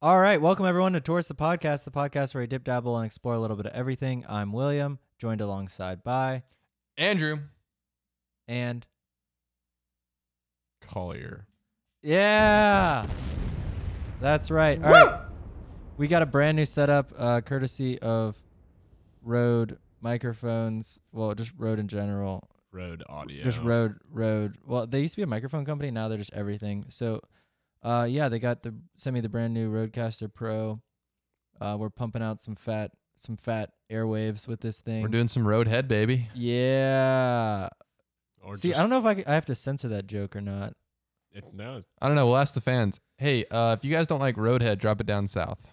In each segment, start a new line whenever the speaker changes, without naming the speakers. All right, welcome everyone to Tourist the Podcast, the podcast where we dip dabble and explore a little bit of everything. I'm William, joined alongside by
Andrew
and
Collier.
yeah, that's right. All right, we got a brand new setup, uh, courtesy of Rode microphones. Well, just Rode in general.
Road audio.
Just Rode, Rode. Well, they used to be a microphone company. Now they're just everything. So, uh, yeah, they got the sent me the brand new Rodecaster Pro. Uh, we're pumping out some fat, some fat airwaves with this thing.
We're doing some roadhead, baby.
yeah.
Or
See,
just,
I don't know if I, c- I have to censor that joke or not.
it- no, it's-
I don't know. We'll ask the fans. Hey, uh, if you guys don't like roadhead, drop it down south.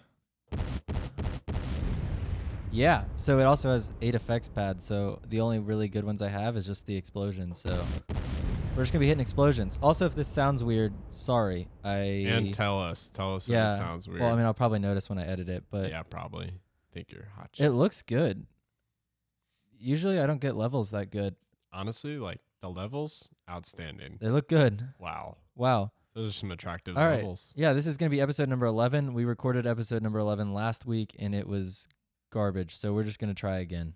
Yeah. So it also has eight effects pads. So the only really good ones I have is just the explosions. So we're just gonna be hitting explosions. Also, if this sounds weird, sorry. I
and tell us, tell us
yeah.
if it sounds weird.
Well, I mean, I'll probably notice when I edit it, but
yeah, probably. think you're hot.
it
Shit.
looks good. Usually, I don't get levels that good.
Honestly, like the levels, outstanding.
They look good.
Wow,
Wow.
those are some attractive
All right.
levels.
Yeah, this is going to be episode number 11. We recorded episode number 11 last week and it was garbage. So we're just going to try again.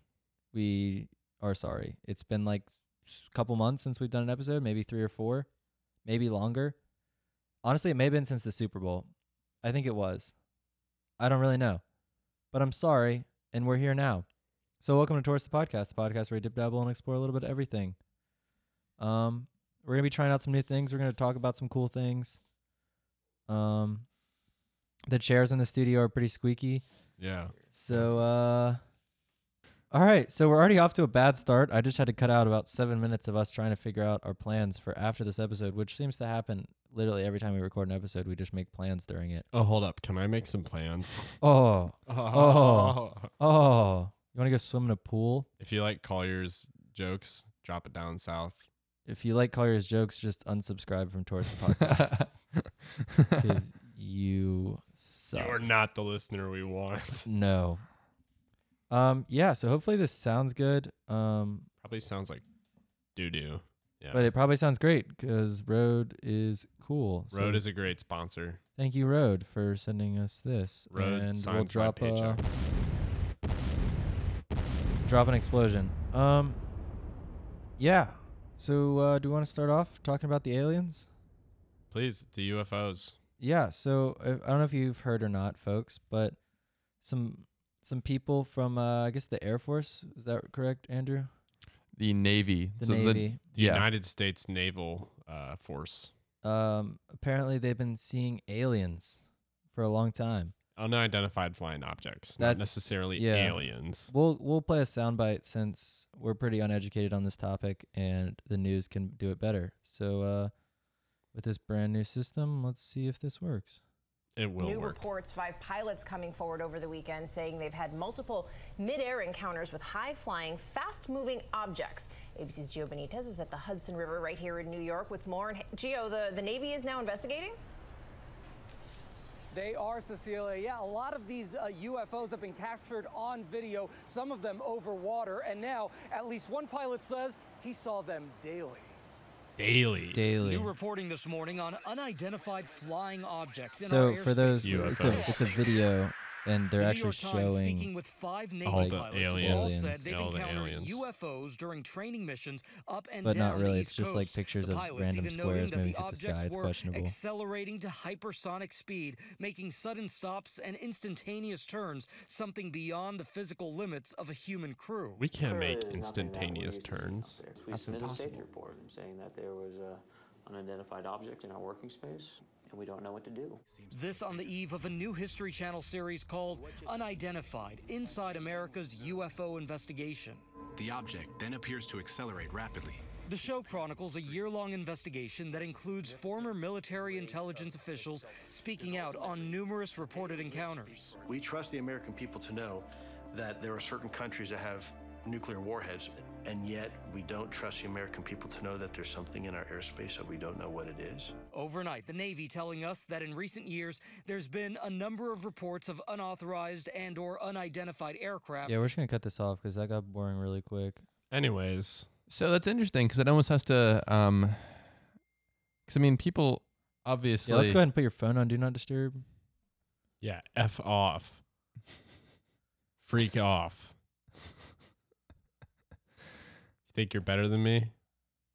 We are sorry. It's been like a couple months since we've done an episode, maybe three or four, maybe longer. Honestly, it may have been since the Super Bowl. I think it was. I don't really know. But I'm sorry. And we're here now. So welcome to Tourist the Podcast, the podcast where we dip dabble and explore a little bit of everything. Um, we're going to be trying out some new things. We're going to talk about some cool things. Um, the chairs in the studio are pretty squeaky.
Yeah,
So, uh, all right. So we're already off to a bad start. I just had to cut out about seven minutes of us trying to figure out our plans for after this episode, which seems to happen literally every time we record an episode. We just make plans during it.
Oh, hold up. Can I make some plans?
Oh, oh. You want to go swim in a pool?
If you like Collier's jokes, drop it down south.
If you like Collier's jokes, just unsubscribe from Tourist the Podcast
Podcast.
because you suck.
You're not the listener we want.
No. Um. Yeah. So hopefully this sounds good. Um.
Probably sounds like doo doo. Yeah.
But it probably sounds great because Road is cool. So
Road is a great sponsor.
Thank you, Road, for sending us this.
Road
and we'll
signs
drop
my
a,
paychecks.
drop an explosion. Um. Yeah. So uh, do you want to start off talking about the aliens?
Please, the UFOs.
Yeah, so uh, I don't know if you've heard or not, folks, but some some people from uh, I guess the Air Force is that correct, Andrew?
the Navy.
The
So
Navy.
The
yeah.
United States Naval uh, Force.
um, apparently they've been seeing aliens for a long time.
Unidentified flying objects,
That's-
not necessarily
yeah.
aliens.
We'll we'll play a soundbite since we're pretty uneducated on this topic, and the news can do it better. So, uh, with this brand new system, let's see if this works.
It will
New
work.
reports, five pilots coming forward over the weekend saying they've had multiple midair encounters with high flying, fast moving objects. ABC's Gio Benitez is at the Hudson River right here in New York with more. And hey, Gio, the, the Navy is now investigating?
They are, Cecilia. Yeah, a lot of these uh, UFOs have been captured on video, some of them over water, and now at least one pilot says he saw them daily.
Daily.
Daily.
New reporting this morning on unidentified flying objects in our
So
airspace.
for those,
UFOs.
it's a it's a video, and they're
The New
actually
York Times speaking
showing.
with five Navy
All the
pilots who all
aliens.
said they've
All the
encountered
aliens.
UFOs during training missions up and
But not
down
really,
the
it's
East
just like
Coast.
pictures
The
of
pilots
random
even
squares
noting that
moving
the
through the sky.
objects
It's
were
questionable.
accelerating to hypersonic speed, making sudden stops and instantaneous turns, something beyond the physical limits of a human crew.
We can't make
Clearly there's nothing that
instantaneous
we as a system
turns.
out there. We submitted a safety report saying that there was a unidentified object in our working space, and we don't know what to do.
This on the eve of a new History Channel series called Unidentified Inside America's UFO Investigation.
The object then appears to accelerate rapidly.
The show chronicles a year long investigation that includes former military intelligence officials speaking out on numerous reported encounters.
We trust the American people to know that there are certain countries that have nuclear warheads, and yet we don't trust the American people to know that there's something in our airspace that we don't know what it is.
Overnight, the Navy telling us that in recent years there's been a number of reports of unauthorized and or unidentified aircraft
Yeah, we're just gonna cut this off because that got boring really quick.
Anyways,
So that's interesting because it almost has to. Um, because I mean, people obviously.
Yeah, let's go ahead and put your phone on Do Not Disturb.
Yeah, F off. Freak off. You think you're better than me?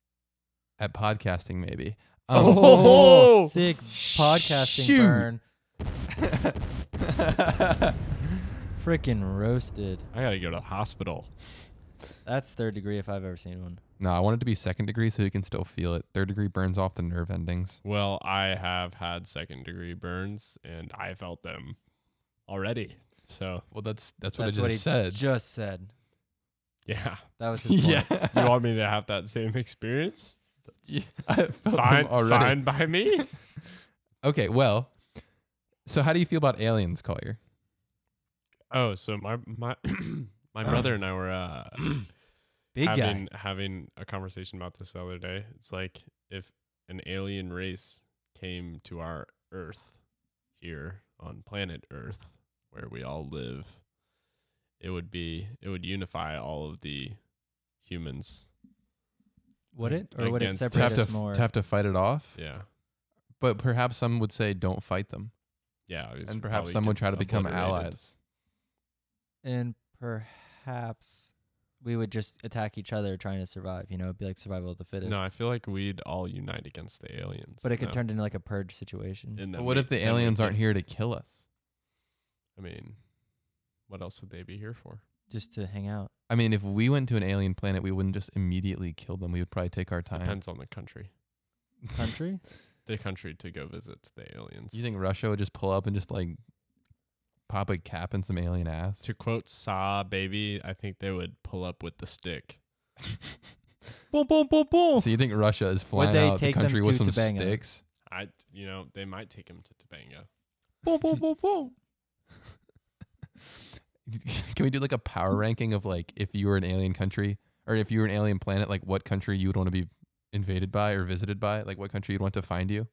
At podcasting, maybe.
Oh, sick podcasting
Shoot.
burn.
Um,
Freaking roasted.
I gotta go to the hospital.
That's third degree if I've ever seen one.
No, I want it to be second degree so you can still feel it. Third degree burns off the nerve endings.
Well, I have had second degree burns and I felt them already. So,
Well, that's that's what
That's
I just
what he
said.
just said.
yeah.
That was his point.
yeah.
You want me to have that same experience?
I felt them
Fine,
already.
fine by me.
Okay, well, so how do you feel about aliens, Collier?
Oh, so my my my brother and I were uh,
Big guy.
having having a conversation about this the other day. It's like if an alien race came to our Earth here on planet Earth, where we all live, it would be it would unify all of the humans.
Would it? Or would it
Against
To
separate
have
us
to, f-
more?
to have to fight it off?
Yeah,
But perhaps some would say don't fight them.
yeah. it was
and
probably
perhaps some would
get
try to become
obliterated.
allies.
and perhaps we would just attack each other trying to survive. You know, it'd be like survival of the fittest.
No, I feel like we'd all unite against the aliens.
but it could
no?
turn into like a purge situation.
And
But
then
what
we-
if the
then we
aliens aren't
could-
here to kill us?
I mean, what else would they be here for?
just to hang out.
I mean, if we went to an alien planet, we wouldn't just immediately kill them. We would probably take our time.
Depends on the country.
Country?
The country to go visit the aliens.
You think Russia would just pull up and just like pop a cap in some alien ass?
to quote Saw, baby, I think they would pull up with the stick.
boom, boom, boom, boom.
So you think Russia is flying
they
out the
take them
country with
to
some
Topanga?
sticks?
I, you know, they might take him to Topanga.
boom, boom, boom, boom.
Can we do like a power ranking of like if you were an alien country or if you were an alien planet, like what country you would want to be invaded by or visited by? Like what country you'd want to find you?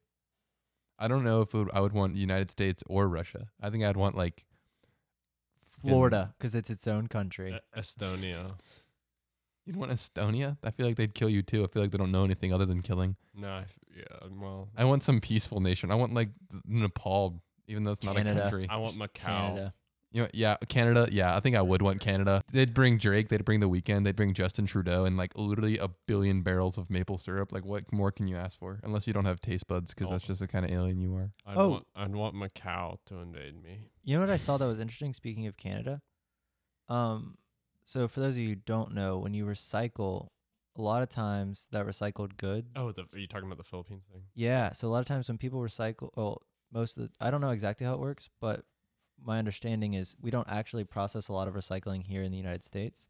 I don't know if it would, I would want United States or Russia. I think I'd want like
Florida, because it's its own country.
E- Estonia.
You'd want Estonia? I feel like they'd kill you too. I feel like they don't know anything other than killing.
No, I f- yeah, well,
I want some peaceful nation. I want like th- Nepal, even though it's not
Canada.
a country.
I want Macau.
Canada.
You know, yeah, Canada. Yeah, I think I would want Canada. They'd bring Drake. They'd bring The Weeknd. They'd bring Justin Trudeau and like literally a billion barrels of maple syrup. Like, what more can you ask for? Unless you don't have taste buds, because that's
Oh.
just the kind of alien you are.
I'd,
Oh.
want, I'd want Macau to invade me.
You know what I saw that was interesting? Speaking of Canada, um, so for those of you who don't know, when you recycle, a lot of times that recycled good,
Oh, the, are you talking about the Philippines thing?
yeah. So a lot of times when people recycle, well, most of the, I don't know exactly how it works, but my understanding is we don't actually process a lot of recycling here in the United States.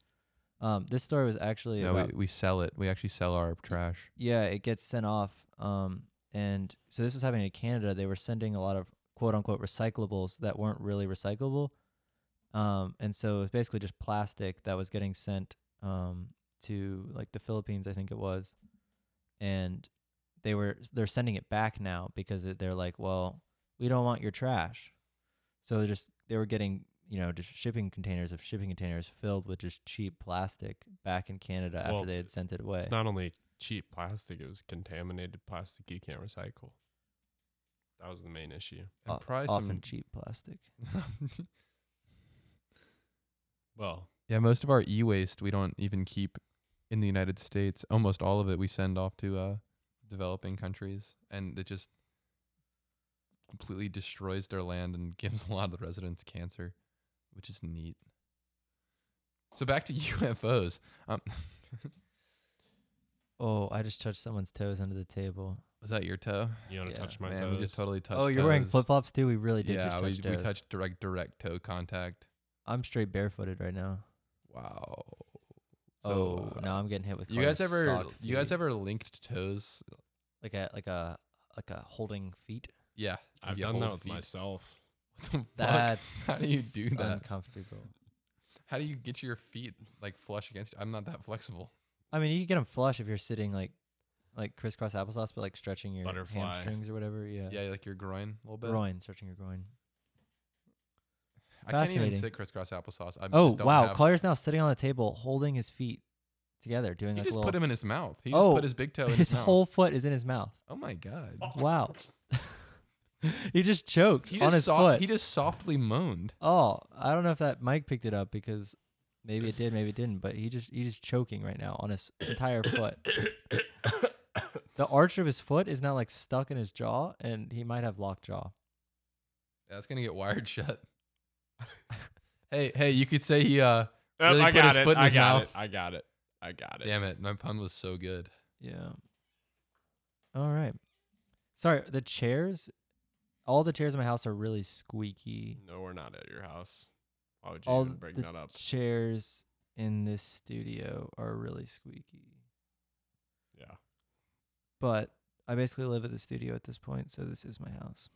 Um, this story was actually
No,
about,
we, we sell it. We actually sell our trash.
yeah, it gets sent off. Um, and so this was happening in Canada. They were sending a lot of quote unquote recyclables that weren't really recyclable. Um, and so it was basically just plastic that was getting sent um, to like the Philippines, I think it was. And they were they're sending it back now because it- they're like, well, we don't want your trash. So they're just they were getting you know just shipping containers of shipping containers filled with just cheap plastic back in Canada
Well,
after they had sent it away.
It's not only cheap plastic; it was contaminated plastic you can't recycle. That was the main issue.
And
O-
probably
often
some-
cheap plastic.
Well,
yeah, most of our e-waste we don't even keep in the United States. Almost all of it we send off to uh, developing countries, and it just completely destroys their land and gives a lot of the residents cancer, which is neat. So back to UFOs. Um,
Oh, I just touched someone's toes under the table.
was that your toe?
you want to
Yeah,
touch my
Man,
toes?
we just totally touched.
oh, you're wearing
toes.
flip flops too. We really did
Yeah,
just touch
we, we
toes.
touched direct direct toe contact.
I'm straight barefooted right now.
Wow.
oh,
uh,
now I'm getting hit with.
you guys
Carter's
ever
sock
you guys
feet.
ever linked toes?
like a like a like a holding feet?
Yeah,
I've
you
done
hold
that with
feet.
myself.
What the fuck?
That's
how do you do that?
Uncomfortable.
How do you get your feet like flush against? I'm not that flexible.
I mean, you can get them flush if you're sitting like like crisscross applesauce, but like stretching your
Butterfly.
hamstrings or whatever. Yeah.
Yeah, like your groin a little bit.
groin, stretching your groin.
I can't even
Fascinating.
sit crisscross applesauce. I
oh
just don't
wow,
Have,
Collier's now sitting on the table, holding his feet together, doing
he
like
just
little.
put him in his mouth. Oh He just
oh,
put his big toe in his,
his
mouth.
whole foot is in his mouth.
oh my god.
Wow. he just choked
He
on
just
his
so-
foot.
He just softly moaned.
Oh, I don't know if that mic picked it up because maybe it did, maybe it didn't. But he just he's just choking right now on his entire foot. the arch of his foot is now like stuck in his jaw, and he might have locked jaw.
That's gonna get wired shut. hey, hey, you could say he uh
Yep,
really
I
put
got
his
it.
foot in
I
his
got
mouth.
it. I got it. I got it.
Damn it, my pun was so good.
Yeah. All right. Sorry, the chairs. All the chairs in my house are really squeaky.
No, we're not at your house. Why would you
all
even bring
the
that up?
chairs in this studio are really squeaky.
Yeah.
but I basically live at the studio at this point, so this is my house.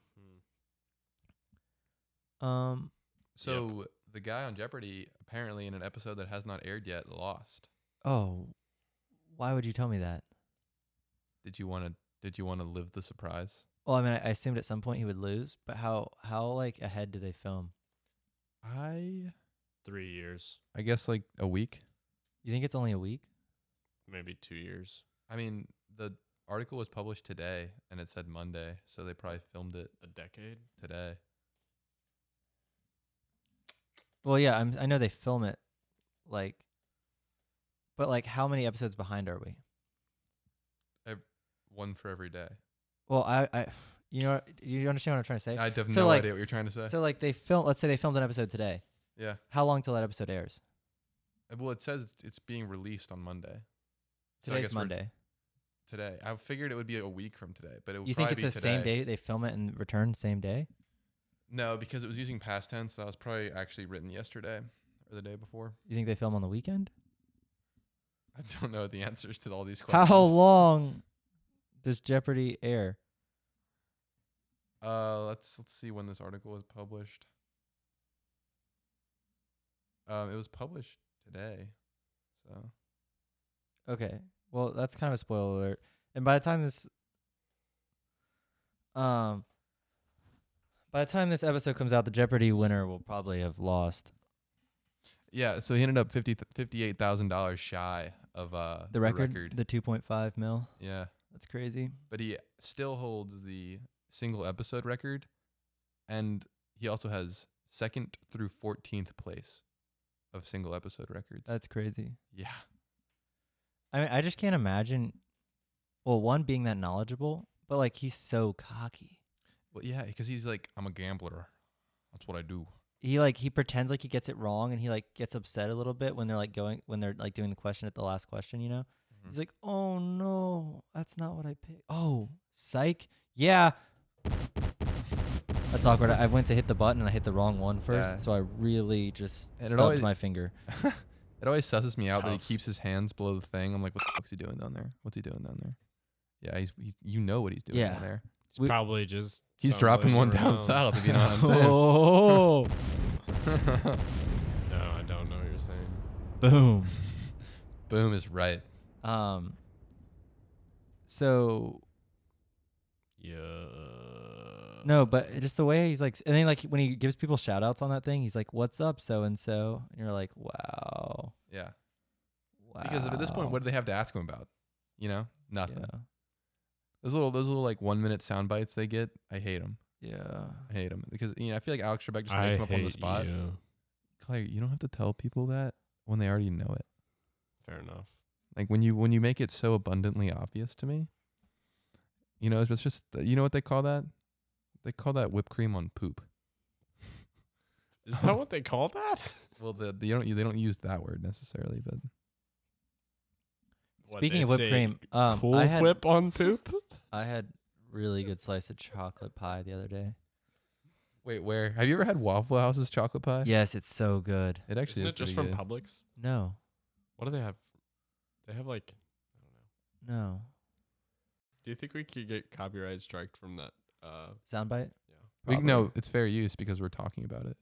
Um,
So the guy on Jeopardy apparently in an episode that has not aired yet lost.
oh, why would you tell me that?
Did you want to? Did you want to live the surprise?
Well, I mean, I, I assumed at some point he would lose, but how how like ahead do they film?
I
Three years,
I guess like a week.
You think it's only a week?
maybe two years.
I mean, the article was published today, and it said Monday, so they probably filmed it
A decade?
today.
Well, yeah, I'm, I know they film it, like, but like, how many episodes behind are we?
Ev- one for every day.
Well, I, I, you know, what- you understand what I'm trying to say?
I have
So,
no
like-
idea what you're trying to say.
So like, they film. Let's say they filmed an episode today.
yeah.
How long till that episode airs?
Uh, Well, it says it's- it's being released on Monday. So I
Today's
guess we're-
Monday.
Today, I figured it would be a week from today, but it would
You think
probably
it's
be
the same
today.
day they film it and return same day?
No, because it was using past tense. That was probably actually written yesterday or the day before.
You think they film on the weekend?
I don't know the answers to all these questions.
How long does Jeopardy air?
Uh, let's let's see when this article was published. Um, it was published today, so
Okay. Well, that's kind of a spoiler alert. And by the time this um by the time this episode comes out, the Jeopardy winner will probably have lost
yeah. So he ended up fifty fifty eight thousand dollars shy of uh
the record, the 2.5 mil.
yeah,
That's crazy.
but he still holds the single episode record, and he also has second through fourteenth place of single episode records.
That's crazy.
yeah,
I mean, I just can't imagine well, one being that knowledgeable, but like he's so cocky.
well, yeah, because he's like, I'm a gambler. That's what I do.
he like he pretends like he gets it wrong and he like gets upset a little bit when they're like going when they're like doing the question at the last question, you know?
Mm-hmm.
He's like, "Oh no, that's not what I picked." Oh, psych. Yeah. That's awkward. I I went to hit the button and I hit the wrong one first,
Yeah.
so I really just
And it
stubbed
always-
my finger.
It always susses me out that he
Tough.
keeps his hands below the thing. I'm like, what the fuck's he doing down there? What's he doing down there? Yeah, he's, he's you know what he's doing
Yeah.
down there.
It's
We-
probably just.
He's
not
dropping
letting
one
her
down
know.
south, if you know what
Oh,
I'm saying.
No, I don't know what you're saying.
boom.
Boom is right.
Um so
Yeah.
No, but just the way he's like, s- and then like when he gives people shout outs on that thing, he's like, "What's up, so and so?" And you're like, "Wow,
Yeah.
wow."
Because at this point, what do they have to ask him about? You know, nothing.
Yeah,
Those little, those little like one minute sound bites they get, I hate them.
yeah.
I hate them because you know I feel like Alex Trebek just
I
makes them up on the
hate
spot.
you.
Claire, you don't have to tell people that when they already know it.
Fair enough.
Like when you when you make it so abundantly obvious to me, you know, it's just you know what they call that? They call that whipped cream on poop.
Is that what they call that?
Well, the, the you don't they don't use that word necessarily, but
What,
Speaking
they
of whipped
say
cream, um,
cool
I had
whip on poop.
I had really good slice of chocolate pie the other day.
wait, where have you ever had Waffle House's chocolate pie?
Yes, it's so good.
it actually
Isn't
is
it just from
pretty good.
Publix?
No,
What do they have? They have like. I don't know.
no
Do you think we could get copyright striked from that? Uh,
soundbite.
We,
Probably.
no, it's fair use because we're talking about it.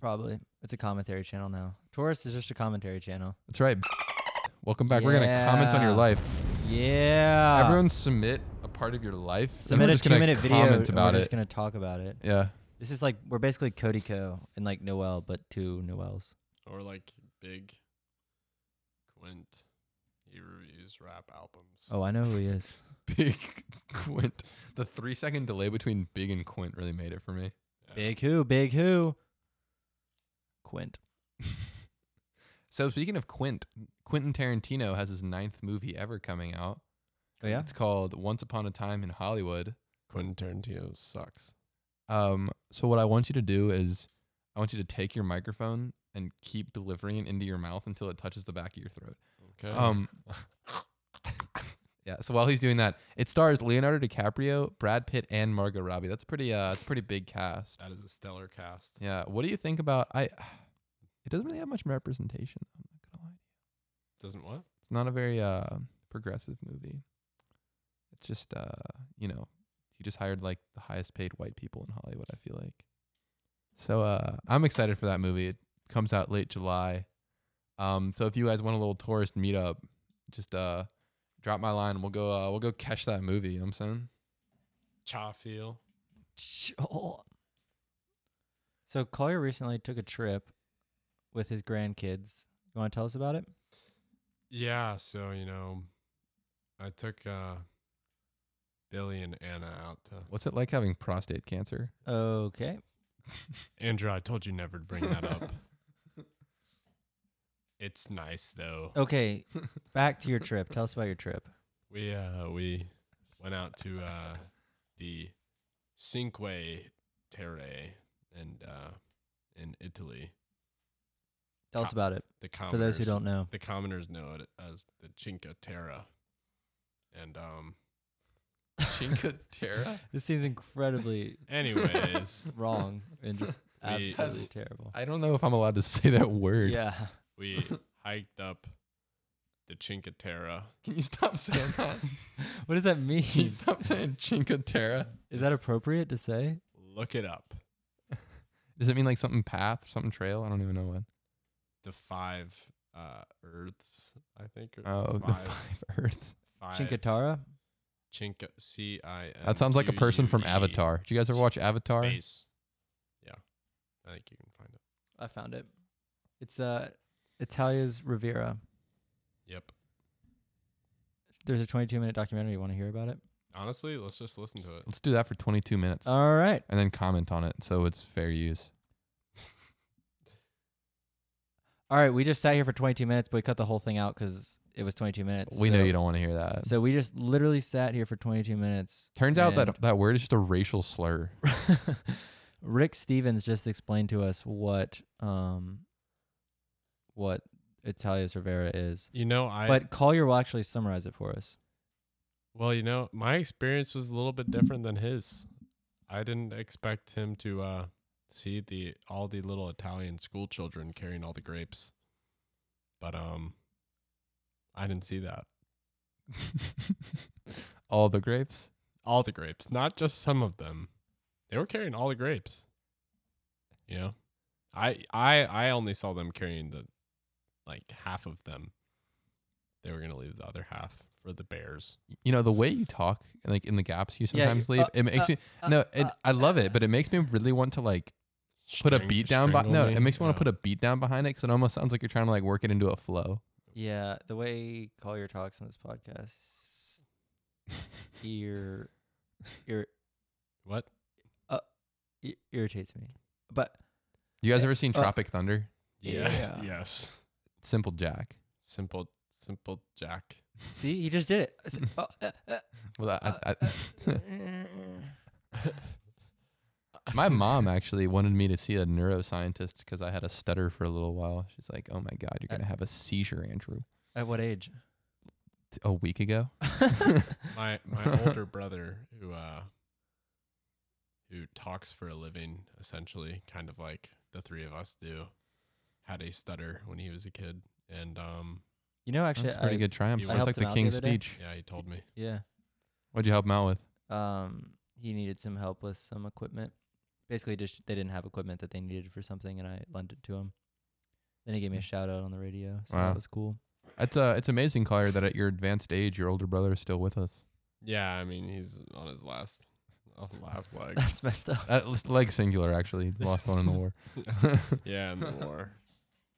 Probably it's a commentary channel now. Taurus is just a commentary channel.
That's right. Welcome back. We're gonna comment on your
Yeah.
life.
Yeah.
Everyone submit a part of your life. and
submit
we're
a
just gonna
two-minute video. and
comment about
we're
it.
just gonna talk about it.
yeah.
This is like we're basically Cody Co and like Noel, but two Noels.
or like big Quint. He reviews rap albums.
Oh, I know who he is.
Big Quint. The three second delay between Big and Quint really made it for me.
Big who? Big who? Quint.
So speaking of Quint, Quentin Tarantino has his ninth movie ever coming out.
Oh yeah.
It's called Once Upon a Time in Hollywood.
Quentin Tarantino sucks.
Um, so what I want you to do is I want you to take your microphone and keep delivering it into your mouth until it touches the back of your throat.
Okay.
Um Yeah, so while he's doing that, it stars Leonardo DiCaprio, Brad Pitt, and Margot Robbie. That's pretty uh that's a pretty big cast.
that is a stellar cast.
Yeah. What do you think about I it doesn't really have much representation, I'm not gonna lie.
Doesn't what?
It's not a very uh, progressive movie. It's just uh, you know, he just hired like the highest paid white people in Hollywood. I feel like. So uh, I'm excited for that movie. It comes out late July. Um, so if you guys want a little tourist meetup, just uh, drop my line. We'll go. Uh, we'll go catch that movie. You know what I'm saying.
Cha feel.
So Collier recently took a trip with his grandkids. You want to tell us about it?
Yeah, so you know, I took uh Billy and Anna out to
What's it like having prostate cancer?
Okay.
Andrew, I told you never to bring that up. It's nice though.
Okay. Back to your trip. Tell us about your trip.
We uh we went out to uh the Cinque Terre and uh in Italy.
Tell us about it
The commoners,
for those who don't know.
the commoners know it as the Cinque Terre. And um
Chinka Terra.
This seems incredibly
anyways,
wrong and just
We-
absolutely terrible.
I don't know if I'm allowed to say that word.
Yeah.
we hiked up the Cinque Terre.
Can you stop saying that?
What does that
Can you
mean?
stop saying Chinka Terra?
Is that appropriate to say?
Look it up.
Does it mean like something path, something trail? I don't even know what.
The five uh earths, I think. or
Oh, the
five-
five Earths.
five-
Chinkatara?
Chinka C I N.
That sounds like a
Q
person
U
from
E
Avatar. Did you guys ever watch Avatar?
Space. Yeah. I think you can find it.
I found it. It's uh Italia's Riviera.
Yep.
There's a 22 minute documentary. You want to hear about it?
Honestly, let's just listen to it.
Let's do that for 22 minutes
All right.
and then comment on it so it's fair use.
All right, we just sat here for 22 minutes, but we cut the whole thing out because it was 22 minutes.
We know
so-
you don't want to hear that.
So we just literally sat here for 22 minutes.
Turns out
and
that that word is just a racial slur.
Rick Stevens just explained to us what um what Italia's Rivera is.
You know, I
but Collier will actually summarize it for us.
well, you know, my experience was a little bit different than his. I didn't expect him to uh see the all the little Italian school children carrying all the grapes. But um I didn't see that.
All the grapes.
All the grapes, not just some of them. They were carrying all the grapes. You know? I I I only saw them carrying the like half of them. They were gonna leave the other half for the bears.
You know the way you talk, and, like in the gaps you
Yeah, you-
sometimes leave.
uh,
it makes
uh,
me no. It, I love it, but it makes me really want to like put a
String-
beat down. But
strangle
no,
me.
it makes me want
Yeah.
to put a beat down behind it because it almost sounds like you're trying to like work it into a flow.
Yeah, the way Collier talks in this podcast, ear, ear,
what?
i- irritates me. But
You guys ever seen
Uh,
Tropic Thunder?
Yes.
Yeah.
Yes.
Simple Jack.
Simple, simple Jack.
see, he just did it. S- oh, uh, uh,
Well, I, I,
uh,
I, my mom actually wanted me to see a neuroscientist because I had a stutter for a little while. She's like, "Oh my god, you're
Uh,
gonna have a seizure, Andrew."
At what age?
T- A week ago,
My my older brother who uh who talks for a living essentially, kind of like the three of us do, had a stutter when he was a kid. And um
You know, actually,
that's a pretty
I-
good triumph.
you
That's
helped
like
him
the
out the
king's
other day?
speech.
yeah, he told me.
Yeah.
What'd you help him out with?
Um, he needed some help with some equipment. Basically, just they didn't have equipment that they needed for something, and I lent it to him. Then he gave me a shout out on the radio, so
Wow.
that was cool.
It's uh, it's amazing, Collier, that at your advanced age, your older brother is still with us.
Yeah, I mean he's on his last on his last leg.
That's messed up.
At least Uh, like singular, actually, lost one in the war
yeah, in the war.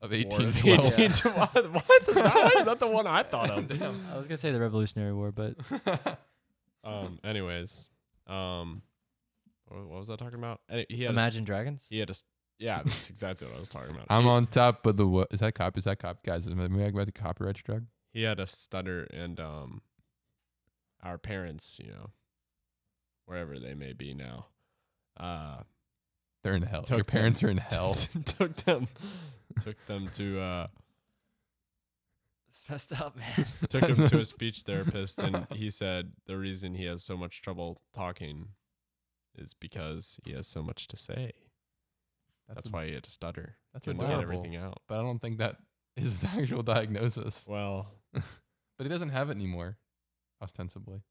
of
War
eighteen
of
twelve.
18 to what? What? Is that, why is that the one I thought of?
I was gonna say the Revolutionary War, but
Um. Anyways, um, what, what was I talking about? Any- He had a s-
Imagine Dragons.
he had a s- yeah. That's exactly what I was talking about.
I'm
He-
on top of the wo- is that cop is that cop guys? Am I am I about to copyright struck?
He had a stutter, and um, our parents, you know, wherever they may be now, uh,
They're in hell. Your
Took
parents
them.
are in hell.
took them, took them to uh,
It's messed up, man.
took him to a speech therapist and he said the reason he has so much trouble talking is because he has so much to say. That's,
a-
why he had to stutter.
that's
Couldn't get
adorable.
everything out.
But I don't think that is the actual diagnosis.
Well,
But he doesn't have it anymore, ostensibly.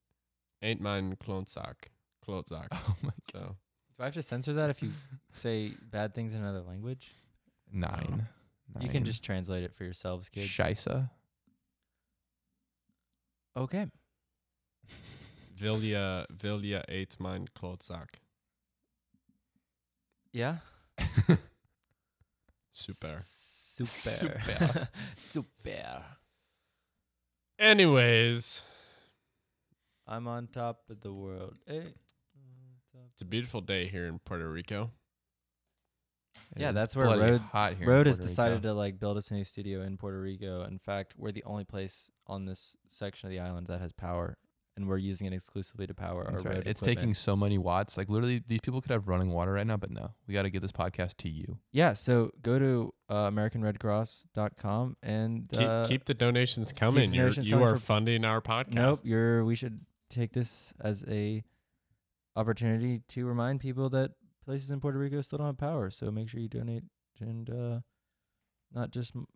ain't mine Klontzak. Klontzak.
Oh my god.
So
Do I have to censor that if you say bad things in another language?
Nine.
You
Nine.
can just translate it for yourselves, kids.
Shisa.
Okay.
Vilja Vilja ate mine Klontzak.
Yeah.
Super.
Super.
Super.
Super.
Anyways,
I'm on top of the world. Eh. Hey.
Mm, it's a beautiful day here in Puerto Rico.
It
Yeah,
is
that's where
bloody
Road-
hot here in
Road has
Puerto Rico.
decided to like build us a new studio in Puerto Rico. In fact, we're the only place on this section of the island that has power, and we're using it exclusively to power
That's
our
right.
road.
It's
equipment.
taking so many watts. Like literally, these people could have running water right now, but no, we got to get this podcast to you.
Yeah, so go to uh, AmericanRedCross.com and
Keep,
uh,
keep the donations coming. You're,
donations
you
coming
are
for-
funding our podcast.
Nope, you're. We should take this as a opportunity to remind people that places in Puerto Rico still don't have power. So make sure you donate and uh, not just m-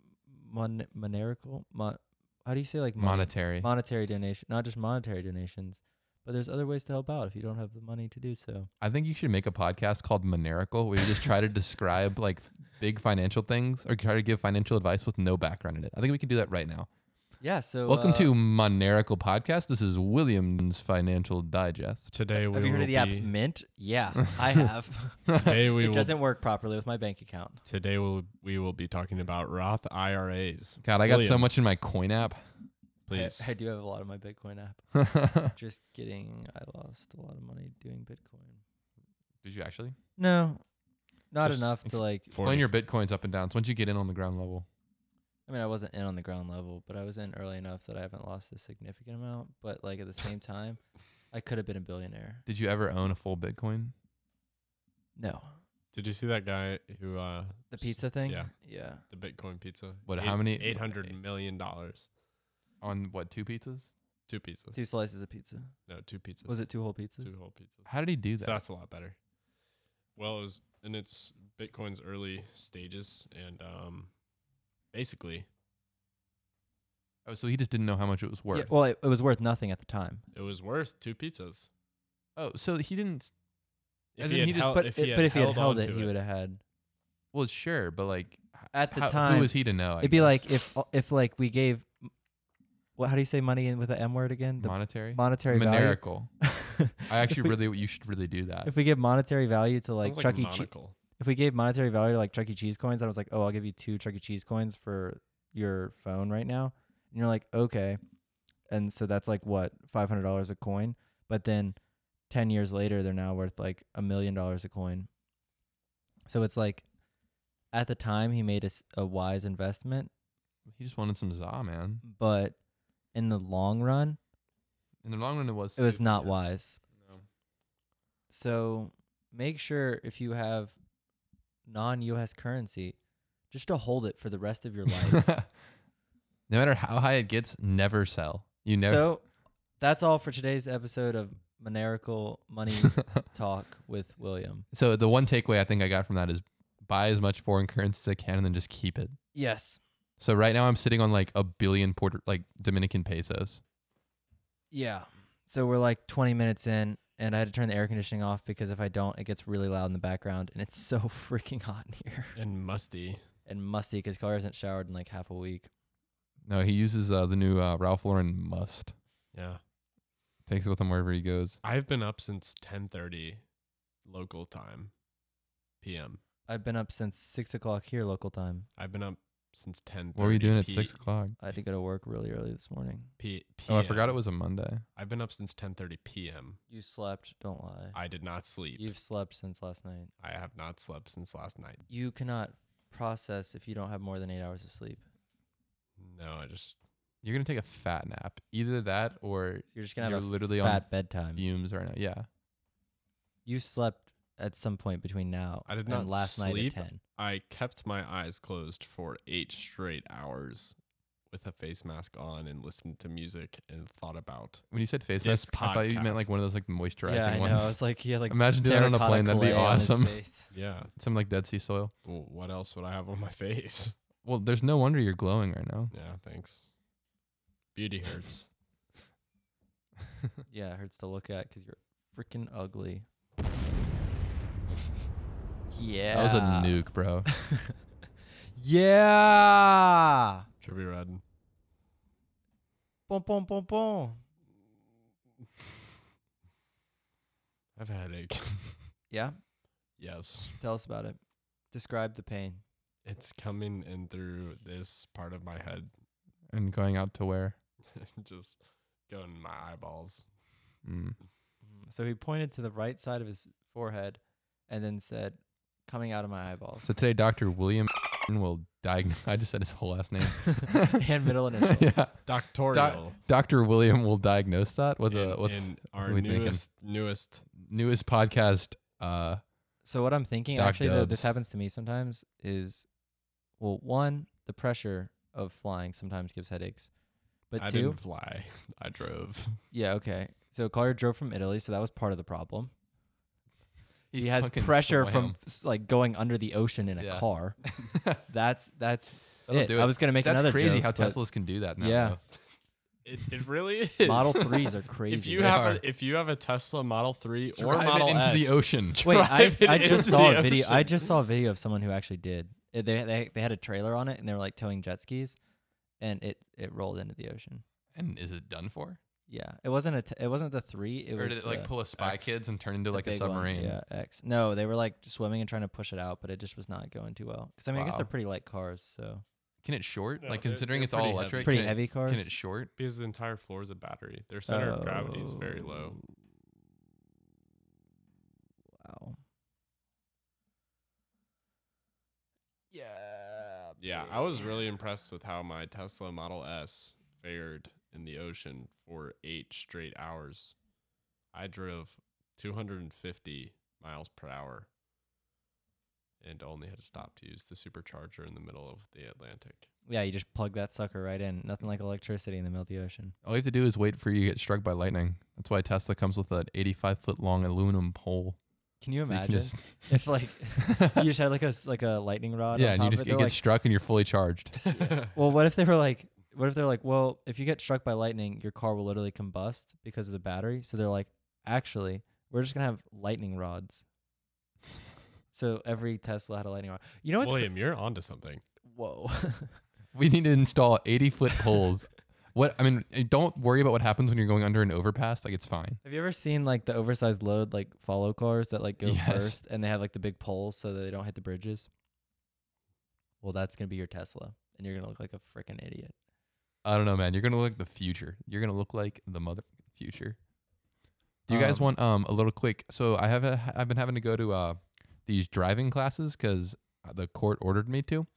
mon- monerical. Mon- how do you say like money?
Monetary.
monetary donation, not just monetary donations, but there's other ways to help out if you don't have the money to do so.
I think you should make a podcast called Monerical, where you just try to describe like f- big financial things or try to give financial advice with no background in it. I think we can do that right now.
Yeah. So
Welcome
uh,
to Monerical Podcast. This is William's Financial Digest.
Today we
Have you heard
will
of the app
be-
Mint? Yeah, I have.
Today we
it
will
doesn't work properly with my bank account.
Today we'll, we will be talking about Roth IRAs.
God, I got so
William,
much in my coin app.
I-
Please.
I do have a lot of my Bitcoin app. Just kidding. I lost a lot of money doing Bitcoin.
Did you actually
No, not
Just
enough
ex-
to like.
explain your bitcoins up and downs once you get in on the ground level?
I mean, I wasn't in on the ground level, but I was in early enough that I haven't lost a significant amount. But like at the same time, I could have been a billionaire.
Did you ever own a full Bitcoin?
No,
Did you see that guy who uh
the
s-
pizza thing.
Yeah,
yeah.
the Bitcoin pizza.
What, how many-
Eight hundred million dollars.
On what two pizzas?
Two pizzas.
Two slices of pizza.
no, two pizzas.
Was it two whole pizzas?
two whole pizzas?
How did he do that?
So that's a lot better. Well, it was in its Bitcoin's early stages, and um, basically
oh, so he just didn't know how much it was worth.
Yeah, well, it, it was worth nothing at the time.
it was worth two pizzas.
oh, so he didn't.
If
As
he
in
had
he just-
held-
but
if
it-
he had
but if he had
held
held
on
it,
to
he would have had.
Well, sure, but like h-
At the
how-
time,
who was he to know? I
It'd be like
guess?
if if like we gave. What? How do you say money in with the M word again? The
monetary,
monetary value.
monerical.
I
I actually really, you should really do that.
If we give monetary value to like
Sounds
Chuck E. Cheese,
monocle.
if we gave monetary value to like Chuck E. Cheese coins, and I was like, oh, I'll give you two Chuck E. Cheese coins for your phone right now, and you're like, okay, and so that's like what five hundred dollars a coin, but then ten years later, they're now worth like a million dollars a coin. So it's like, at the time, he made a, s- a wise investment,
He just wanted some za, man.
but in the long run,
In the long run, it was.
it was
stupid,
not
yeah.
wise.
No.
So make sure if you have non US currency, just to hold it for the rest of your life.
no matter how high it gets, never sell. You never.
So that's all for today's episode of Monerical Money Talk with William.
So the one takeaway I think I got from that is buy as much foreign currency as I can and then just keep it.
Yes.
So right now I'm sitting on like a billion Puerto like Dominican pesos.
Yeah. So we're like 20 minutes in, and I had to turn the air conditioning off because if I don't, it gets really loud in the background, and it's so freaking hot in here
and musty.
and musty because Carl hasn't showered in like half a week.
No, he uses uh, the new uh, Ralph Lauren must.
Yeah,
Takes it with him wherever he goes.
I've been up since ten thirty, local time, p.m.
I've been up since six o'clock here local time.
I've been up since ten.
What were you doing at six o'clock?
I had to go to work really early this morning.
P- p-
Oh, I forgot it
PM.
was a Monday.
I've been up since ten thirty p.m.
You slept. Don't lie.
I did not sleep.
You've slept since last night.
I have not slept since last night.
You cannot process if you don't have more than eight hours of sleep.
No, I just
You're gonna take a fat nap. Either that or
You're just gonna have
You're
a
literally on
fat bedtime.
fumes right now. Yeah.
You slept at some point between now
I did
and
not
last
sleep.
night at ten.
I kept my eyes closed for eight straight hours with a face mask on and listened to music and thought about
When you said face
This
mask, I thought you meant
podcast.
like one of those like moisturizing
yeah, I know.
ones.
It's like he had like
Imagine doing that on a
terracotta
plane, that'd be
clay on his
awesome.
face.
yeah.
Some like Dead Sea soil.
Well, what else would I have on my face?
Well, there's no wonder you're glowing right now.
Yeah, thanks. Beauty hurts.
yeah, it hurts to look at because you're freaking ugly. Yeah.
That was a nuke, bro.
Yeah.
Trippy Red.
Boom, boom, boom, boom.
I have a headache.
Yeah.
yes.
Tell us about it. Describe the pain.
It's coming in through this part of my head.
and going out to where?
Just going in my eyeballs.
Mm.
So he pointed to the right side of his forehead and then said, coming out of my eyeballs.
So today, Doctor William will diagnose. I just said his whole last name.
and middle initial.
yeah.
Doctoral.
Doctor William will diagnose that with a
in-
what's
in our
what are we thinking?
newest newest
newest podcast. Uh,
So what I'm thinking,
Doc
actually, though, this
Dubs.
happens to me sometimes, is well, one, the pressure of flying sometimes gives headaches, but
I
2
didn't fly. I drove.
yeah, okay. So Collier drove from Italy, so that was part of the problem. He, has
fucking
pressure from
swam.
s- like going under the ocean in a
Yeah.
car. that's that's
That'll
it.
do
I
it.
was gonna make
That's
another
crazy
joke,
how
but
Teslas can do that now.
Yeah.
though.
It, it really is.
Model threes are crazy.
If you
They
have
are.
a, if you have a Tesla Model Three or
Drive
Model
it into
S,
the ocean.
Wait, I,
drive it
I just
into
saw
the
a video. I
ocean.
just saw a video of someone who actually did. Uh, They they they had a trailer on it and they were like towing jet skis, and it it rolled into the ocean.
And is it done for?
Yeah, it wasn't a t- it wasn't the three. It
Or
was
did it like
the-
pull a Spy
X,
Kids and turn into
the
like a
big one.
submarine?
Yeah, X. No, they were like swimming and trying to push it out, but it just was not going too well. Because I mean, I guess
Wow.
they're pretty light cars, so
Can it short?
No,
like
they're-
considering
they're
it's all
pretty heavy.
electric,
pretty
can it-
heavy cars.
Can it short?
because the entire floor is a battery. Their center of gravity is very low.
Oh. Wow. Yeah. Oh.
Yeah, I was really impressed with how my Tesla Model S fared in the ocean for eight straight hours. I drove 250 miles per hour and only had to stop to use the supercharger in the middle of the Atlantic.
Yeah, you just plug that sucker right in. Nothing like electricity in the middle of the ocean.
All you have to do is wait for you to get struck by lightning. That's why Tesla comes with an 85 foot long aluminum pole.
Can you
So you can
imagine
just-
if like you just had like a s- like a lightning rod? on
yeah, and
top
you just
of it,
it
They're
gets
like,
struck and you're fully charged.
Well, what if they were like, what if they're like, well, if you get struck by lightning, your car will literally combust because of the battery. So they're like, actually, we're just gonna have lightning rods. So every Tesla had a lightning rod. You know what's cra-
William, you're onto something.
whoa?
we need to install 80 foot poles. What I mean, eh, don't worry about what happens when you're going under an overpass. Like it's fine.
have you ever seen like the oversized load like follow cars that like go
Yes.
first and they have like the big poles so that they don't hit the bridges? Well, that's gonna be your Tesla, and you're gonna look like a freaking idiot.
I don't know, man. You're gonna look like the future. You're gonna look like the mother future. Do you guys
Um,
want um a little quick? So I have a, I've been having to go to uh these driving classes because the court ordered me to,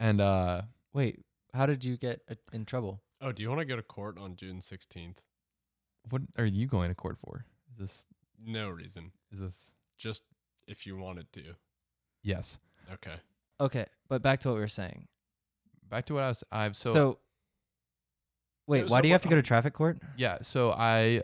and uh
Wait, how did you get uh, in trouble?
Oh, do you want to go to court on June 16th?
what are you going to court for? Is this
No reason.
is this
Just if you wanted to.
yes?
Okay.
Okay, but back to what we were saying.
Back to what I was. I've so,
So, wait,
No,
why
so
do you
what-
have to go to traffic court?
yeah. So I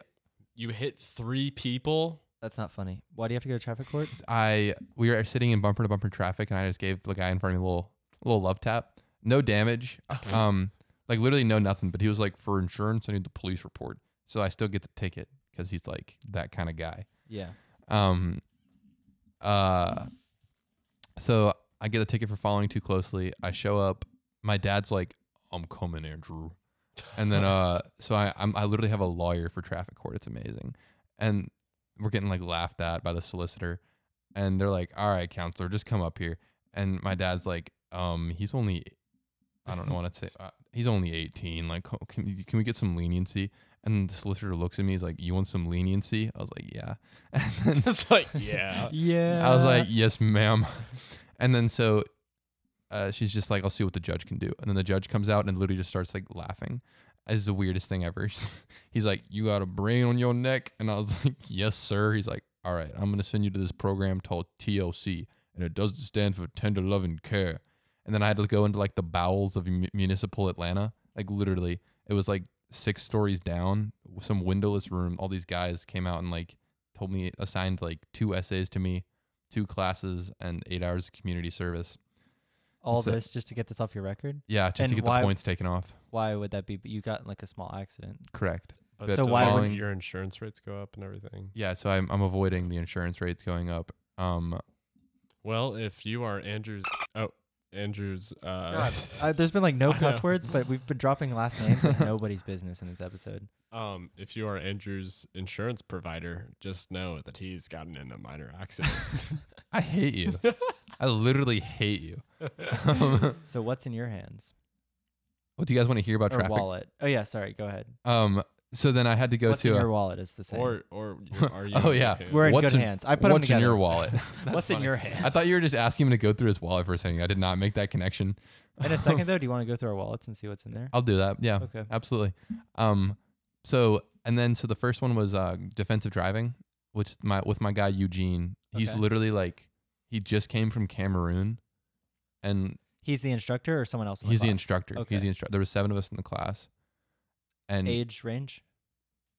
You hit three people.
That's not funny. Why do you have to go to traffic court?
I we were sitting in bumper to bumper traffic, and I just gave the guy in front of me a little little love tap. No damage. Um, like literally no nothing. But he was like, for insurance, I need the police report. So I still get the ticket because he's like that kind of guy.
Yeah.
Um, uh, so I get a ticket for following too closely. I show up. My dad's like, "I'm coming, Andrew," and then uh, so I I'm, I literally have a lawyer for traffic court. It's amazing, and we're getting like laughed at by the solicitor, and they're like, "All right, counselor, just come up here." And my dad's like, "Um, he's only I don't want to say uh, he's only 18. Like, co- can, we- can we get some leniency? And the solicitor looks at me. He's like, "You want some leniency?" I was like, "Yeah." And then
It's like, yeah.
Yeah.
I was like, "Yes, ma'am." And then so uh, she's just like, "I'll see what the judge can do." And then the judge comes out and literally just starts like laughing. It's the weirdest thing ever. He's like, "You got a brain on your neck," and I was like, "Yes, sir." He's like, "All right, I'm gonna send you to this program called TLC, and it does stand for Tender Love and Care." And then I had to go into like the bowels of mu- municipal Atlanta. Like literally, it was like six stories down, some windowless room. All these guys came out and like told me assigned like two essays to me, two classes, and eight hours of community service.
all
so-
this just to get this off your record.
Yeah, just
And
to get
why-
the points taken off.
Why would that be? But you got in like a small accident.
Correct.
But
So
But
so
the
why would-
why
following-
would your insurance rates go up and everything?
Yeah, so I'm I'm avoiding the insurance rates going up. Um,
Well, if you are Andrew's, oh, Andrew's, uh,
God, uh, there's been like no
I
cuss
know.
words, but we've been dropping last names like nobody's business in this episode.
um, if you are Andrew's insurance provider, just know that he's gotten in a minor accident.
I hate you. I literally hate you. Um,
So what's in your hands
what do you guys want to hear about
or
traffic?
wallet? Oh yeah, sorry. Go ahead.
Um, so then I had to go
what's
to
in
a-
your wallet is the same.
or, or you- are you?
Oh, yeah.
okay?
We're in
What's
good
in-
hands. I put 'em
what's in your
together.
wallet?
What's in your hands?
I thought you were just asking him to go through his wallet for a second. I did not make that connection.
in a second though, do you want to go through our wallets and see what's in there?
I'll do that. Yeah.
Okay.
Absolutely. Um. So and then so the first one was uh defensive driving, which my with my guy Eugene. He's
Okay.
literally like he just came from Cameroon, and
He's the instructor or someone else? In
he's the
class?
instructor. He's
Okay.
the instructor. There was seven of us in the class, and
Age range.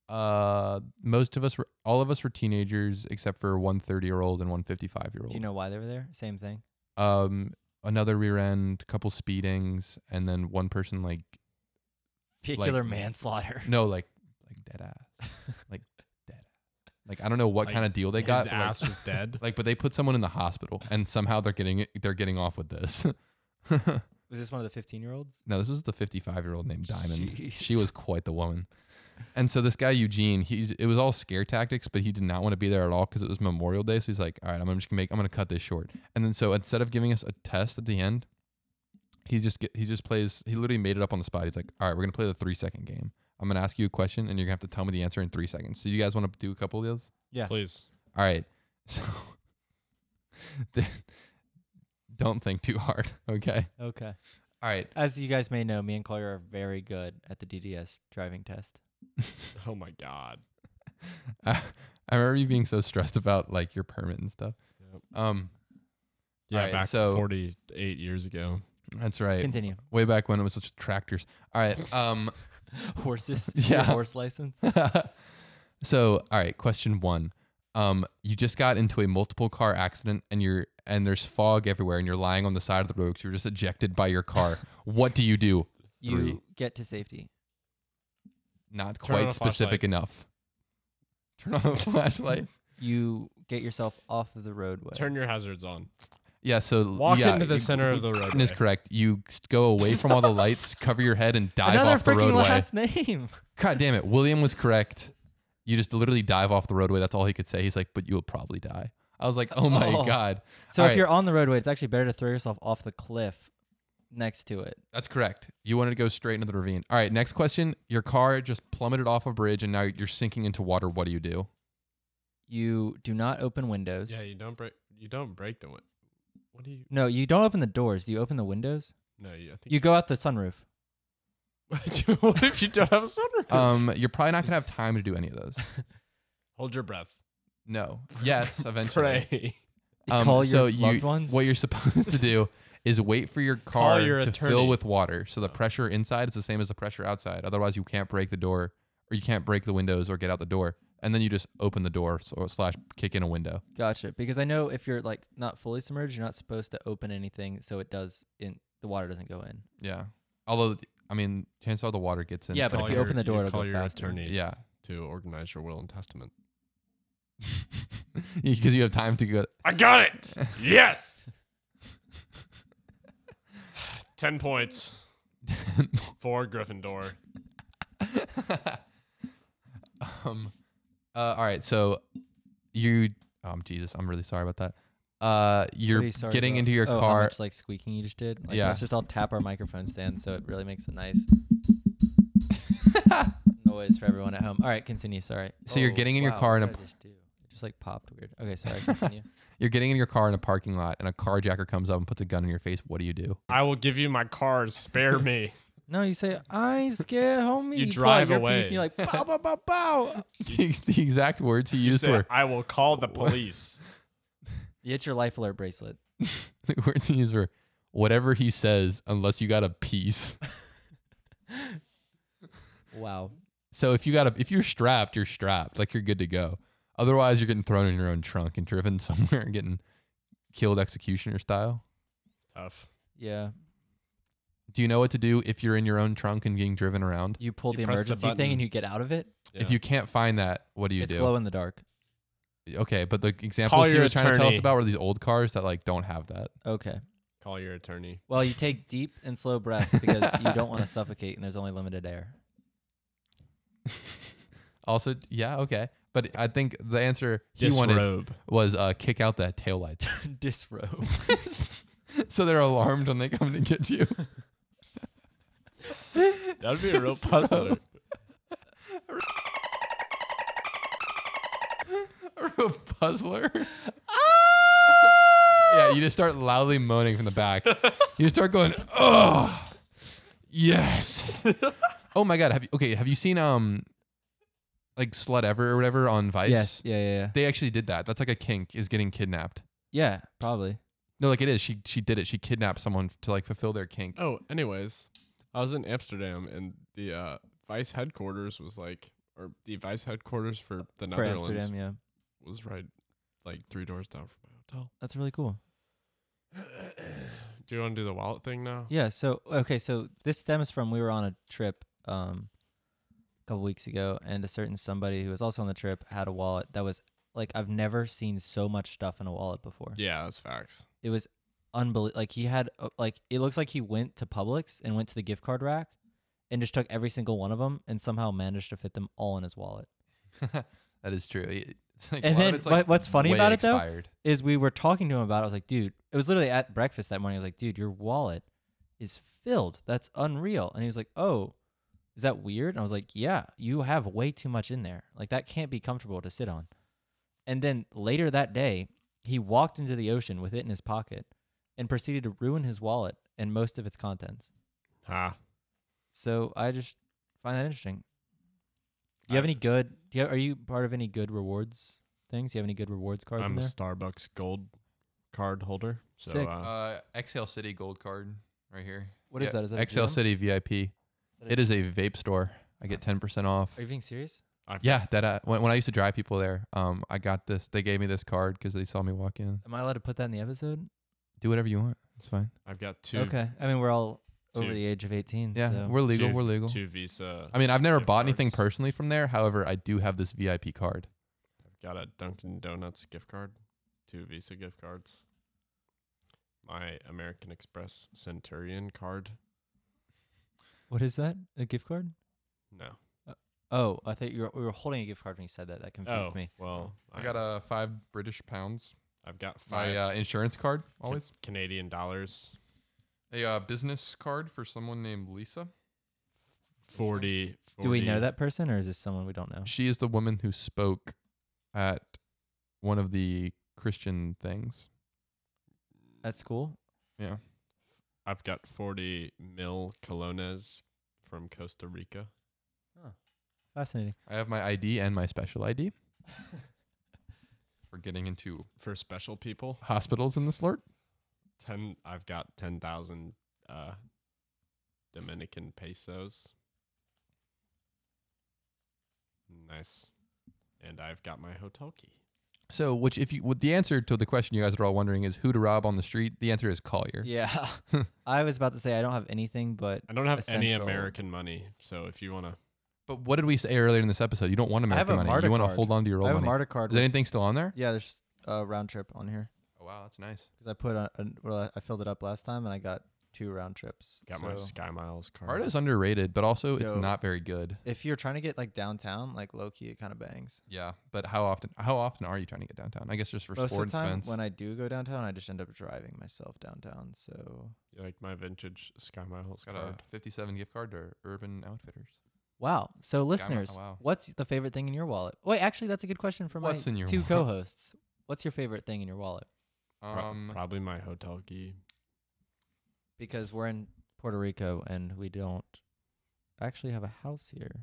uh, most of us were all of us were teenagers except for one thirty year old and one fifty five year old.
Do you know why they were there? Same thing.
um another rear end, couple speedings, and then one person like
Vehicular manslaughter.
no like like dead ass, like dead ass. Like I don't know what
Like,
kind of deal they
His
got. but,
ass
like,
was dead.
like, but they put someone in the hospital, and somehow they're getting it, they're getting off with this.
Was this one of the 15 year olds?
No, this was the 55 year old named Diamond. She
Jeez.
was quite the woman. And so this guy Eugene, he's it was all scare tactics, but he did not want to be there at all because it was Memorial Day. So he's like, all right, I'm just gonna make, I'm gonna cut this short. And then so instead of giving us a test at the end, he just get, he just plays. He literally made it up on the spot. He's like, all right, we're gonna play the three second game. I'm gonna ask you a question, and you're gonna have to tell me the answer in three seconds. So you guys want to do a couple of those?
Please.
All right. So don't think too hard, okay?
Okay.
All right.
As you guys may know, me and Collier are very good at the DDS driving test.
Oh my God.
I, I remember you being so stressed about like your permit and stuff. Um,
Yeah,
Alright,
back
so-
48 years ago.
that's right.
Continue.
Way back when it was just tractors. All right. Um,
Horses.
Yeah.
Yeah. Horse license.
so all right. Question one. Um, you just got into a multiple car accident and you're and there's fog everywhere and you're lying on the side of the road because you were just ejected by your car. what do you do?
You
Three.
get to safety.
Not
Turn on
quite
a
specific
flashlight.
enough. Turn on a flashlight.
You get yourself off of the roadway.
Turn your hazards on.
Yeah, so
Walk
yeah,
into the
you-
center of the roadway.
Is correct. You s- go away from all the lights, cover your head, and dive
Another
off the
freaking
roadway.
last name.
God damn it, William was correct. You just literally dive off the roadway. That's all he could say. He's like, "But you will probably die." I was like, "Oh my
Oh.
god!"
So
All
if
right,
you're on the roadway, it's actually better to throw yourself off the cliff next to it.
that's correct. You wanted to go straight into the ravine. All right, next question. Your car just plummeted off a bridge, and now you're sinking into water. What do you do?
You do not open windows.
Yeah, you don't break. You don't break the one. What do you?
No, you don't open the doors. Do you open the windows?
No, you. I think
You go out the sunroof.
what if you don't have a sunroof?
Um, you're probably not gonna have time to do any of those.
Hold your breath.
No. Yes, eventually.
Pray.
You Um, call your loved ones?
Um, What you're supposed to do is wait for your car
your
to fill
attorney.
with water. So the
Oh.
pressure inside is the same as the pressure outside. Otherwise, you can't break the door or you can't break the windows or get out the door. And then you just open the door s- or slash kick in a window.
Gotcha. Because I know if you're like not fully submerged, you're not supposed to open anything, so it does in the water doesn't go in.
Yeah. Although, I mean, chances are the water gets in.
Yeah, but
so-
if you open the door, it'll
call
go
your
faster.
attorney
yeah,
to organize your will and testament.
because you have time to go.
I got it. Yes. Ten points for Gryffindor.
Um, uh, all right. So you, um, Jesus, I'm really sorry about that. uh, you're
Pretty sorry
getting
about-
into your
oh, how
car.
much, like squeaking you just did. Like,
Yeah.
Let's just all tap our microphone stand so it really makes a nice noise for everyone at home. All right, continue. Sorry. Oh,
So you're getting in your
wow,
car
what
and
did
a
I just do? It just like popped weird. Okay, sorry. Continue.
You're getting in your car in a parking lot, and a carjacker comes up and puts a gun in your face. What do you do?
I will give you my car. Spare me.
no, you say I scare homie.
You
pull out
drive
your piece
away.
And you're like bow bow bow bow.
the, ex- the exact words he
You
used
say,
were
I will call the police.
You hit your life alert bracelet.
the words he used were whatever he says, unless you got a piece.
Wow.
So if you got a, if you're strapped, you're strapped. Like you're good to go. Otherwise, you're getting thrown in your own trunk and driven somewhere and getting killed executioner style.
Tough.
Yeah.
Do you know what to do if you're in your own trunk and getting driven around?
You pull
You
the
press the
emergency thing
button.
and you get out of it.
If
Yeah.
you can't find that, what do you
it's
do?
glow in the dark.
Okay, but the examples he
your
was trying to tell us
attorney.
about were these old cars that like don't have that.
Okay.
call your attorney.
Well, you take deep and slow breaths because you don't want to suffocate and there's only limited air.
Also, yeah, okay. But I think the answer he wanted
Disrobe.
was uh, kick out that taillight.
Disrobe.
so they're alarmed when they come to get you.
That'd be a real puzzler.
A puzzler. yeah, you just start loudly moaning from the back. You just start going, oh, yes. oh my God. Have you, okay, have you seen um, like Slut Ever or whatever on Vice?
yes. Yeah, yeah, yeah.
They actually did that. That's like a kink is getting kidnapped.
Yeah, probably.
No, like it is. She she did it. She kidnapped someone to like fulfill their kink.
oh, anyways, I was in Amsterdam and the uh, Vice headquarters was like, or the Vice headquarters for the
Uh, For
Netherlands
Amsterdam, yeah.
was right like three doors down from my hotel.
That's really cool.
Do you want to do the wallet thing now?
Yeah, so okay, so this stems from we were on a trip um a couple weeks ago and a certain somebody who was also on the trip had a wallet that was like I've never seen so much stuff in a wallet before.
Yeah, that's facts.
It was unbelievable. Like he had uh, like it looks like he went to Publix and went to the gift card rack and just took every single one of them and somehow managed to fit them all in his wallet.
that is true. It- It's like, a
And
lot of
then
it's,
what-
like,
what's funny
way
about it though
expired.
is we were talking to him about it. I was like, dude, it was literally at breakfast that morning. I was like, dude, your wallet is filled. That's unreal. And he was like, oh, is that weird? And I was like, yeah, you have way too much in there. Like that can't be comfortable to sit on. And then later that day, he walked into the ocean with it in his pocket and proceeded to ruin his wallet and most of its contents.
Ha.
So I just find that interesting. Do you have any good? Do you have, are you part of any good rewards things? Do you have any good rewards cards in
I'm a
there?
Starbucks gold card holder. So
Sick.
Uh,
Uh, XL City Gold Card right here.
What is that? Is that a
XL
GM?
City VIP?
that a
It is a vape store. I get ten percent off.
Are you being serious?
I've-
Yeah, that uh, when when I used to drive people there, um, I got this. They gave me this card because they saw me walk in.
Am I allowed to put that in the episode?
Do whatever you want. It's fine.
I've got two.
Okay. I mean, we're all over
Two.
the age of 18.
Yeah,
so.
we're legal.
two-
we're legal.
Two Visa.
I mean, I've never
gift
bought anything
cards.
personally from there. However, I do have this VIP card.
Got a Dunkin' Donuts gift card, two Visa gift cards, my American Express Centurion card.
what is that? A gift card?
No.
Oh, I thought you were, we were holding a gift card when you said that. That confused
oh,
me.
well,
I got a five British pounds.
I've got five
My uh, insurance card
Ca-
always.
Canadian dollars,
a uh, business card for someone named Lisa.
40,
Do we know
40
that person or is this someone we don't know?
She is the woman who spoke at one of the Christian things.
That's cool.
Yeah.
I've got 40 mil colones from Costa Rica.
Fascinating.
I have my ID and my special ID for getting into
For special people,
hospitals in this lord.
10 I've got 10,000 uh Dominican pesos. Nice. And I've got my hotel key.
So, which if you, what the answer to the question you guys are all wondering is who to rob on the street, the answer is Collier.
Yeah. I was about to say I don't have anything, but
I don't have any
Essential.
American money, so if you want to
But what did we say earlier in this episode? You don't want
I have
American
a
money.
MARTA
you want to
card.
hold on to your old
I have a
money.
MARTA card.
Is anything still on there?
yeah, there's a round trip on here
Oh, wow, that's nice.
because I put on, well, I filled it up last time and I got two round trips.
Got my
So
Sky Miles card.
Bardo's underrated, but also it's
Yo.
not very good.
If you're trying to get like downtown, like low key, it kind of bangs.
Yeah, but how often? How often are you trying to get downtown? I guess just for
Most of
sports
the time,
events.
when I do go downtown, I just end up driving myself downtown. So
You like my vintage Sky Miles
Got a
card.
57 gift card to Urban Outfitters.
wow. So listeners,
oh, wow.
what's the favorite thing in your wallet? Wait, actually, that's a good question for my
What's in your
two
wallet?
co-hosts. What's your favorite thing in your wallet?
Pro-
Um,
probably my hotel key.
Because we're in Puerto Rico and we don't actually have a house here.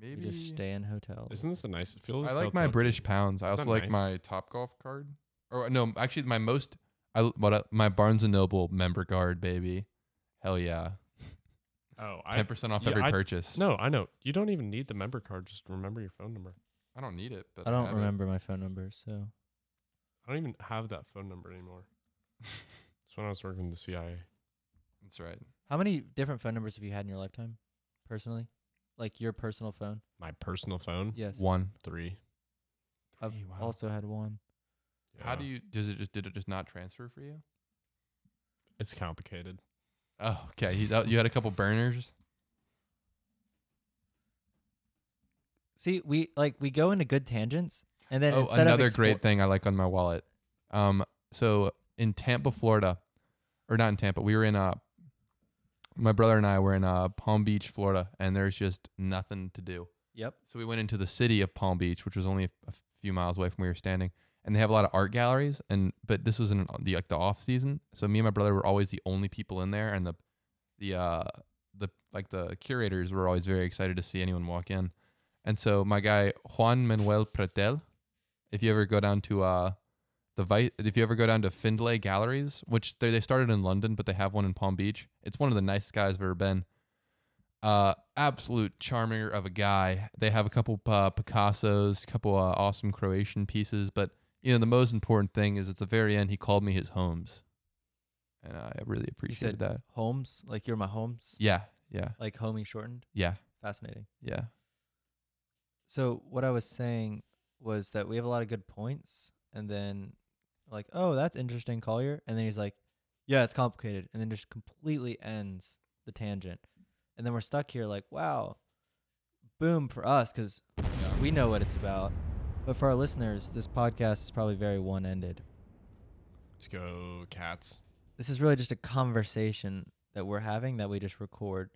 maybe.
We just stay in hotels.
Isn't this a nice? It feels
I like
hotel
my
key.
British pounds. I
It's
also
not
like
nice.
my Top Golf card. Or no, actually my most. I l- what I, my Barnes and Noble member card, baby. Hell yeah,
Oh, I
ten percent off
yeah,
every
I-
purchase.
no, I know. You don't even need the member card. Just remember your phone number.
I don't need it, but
I don't
have it.
remember my phone number, so
I don't even have that phone number anymore. It's when I was working with the CIA.
That's right.
How many different phone numbers have you had in your lifetime, personally? Like your personal phone?
My personal phone.
Yes.
Mm, One.
Three.
I've
Three, wow.
also had one.
How
Yeah.
do you? Does it just did it just not transfer for you?
It's complicated.
Oh, okay. You, that- you had a couple burners.
See, we like we go into good tangents, and then
oh,
instead
another
of explo-
great thing I like on my wallet. Um, so in Tampa, Florida, or not in Tampa, we were in uh, my brother and I were in uh Palm Beach, Florida, and there's just nothing to do.
Yep.
So we went into the city of Palm Beach, which was only a, a few miles away from where we were standing, and they have a lot of art galleries. And but this was in uh, the like the off season, so me and my brother were always the only people in there, and the the uh the like the curators were always very excited to see anyone walk in. And so my guy Juan Manuel Pretel, if you ever go down to uh the Vi- if you ever go down to Findlay Galleries, which they they started in London, but they have one in Palm Beach. It's one of the nicest guys I've ever been. Uh, absolute charmer of a guy. They have a couple uh, Picasso's, couple uh, awesome Croatian pieces, but you know the most important thing is at the very end he called me his homes, and I really
You said
appreciated that.
Holmes, like you're my Holmes,
Yeah, yeah,
like homie shortened.
yeah,
Fascinating.
yeah.
So what I was saying was that we have a lot of good points, and then like, oh, that's interesting, Collier, and then he's like, yeah, it's complicated, and then just completely ends the tangent, and then we're stuck here like, wow, boom for us because we know what it's about, but for our listeners, this podcast is probably very one-ended.
Let's go, cats.
this is really just a conversation that we're having that we just record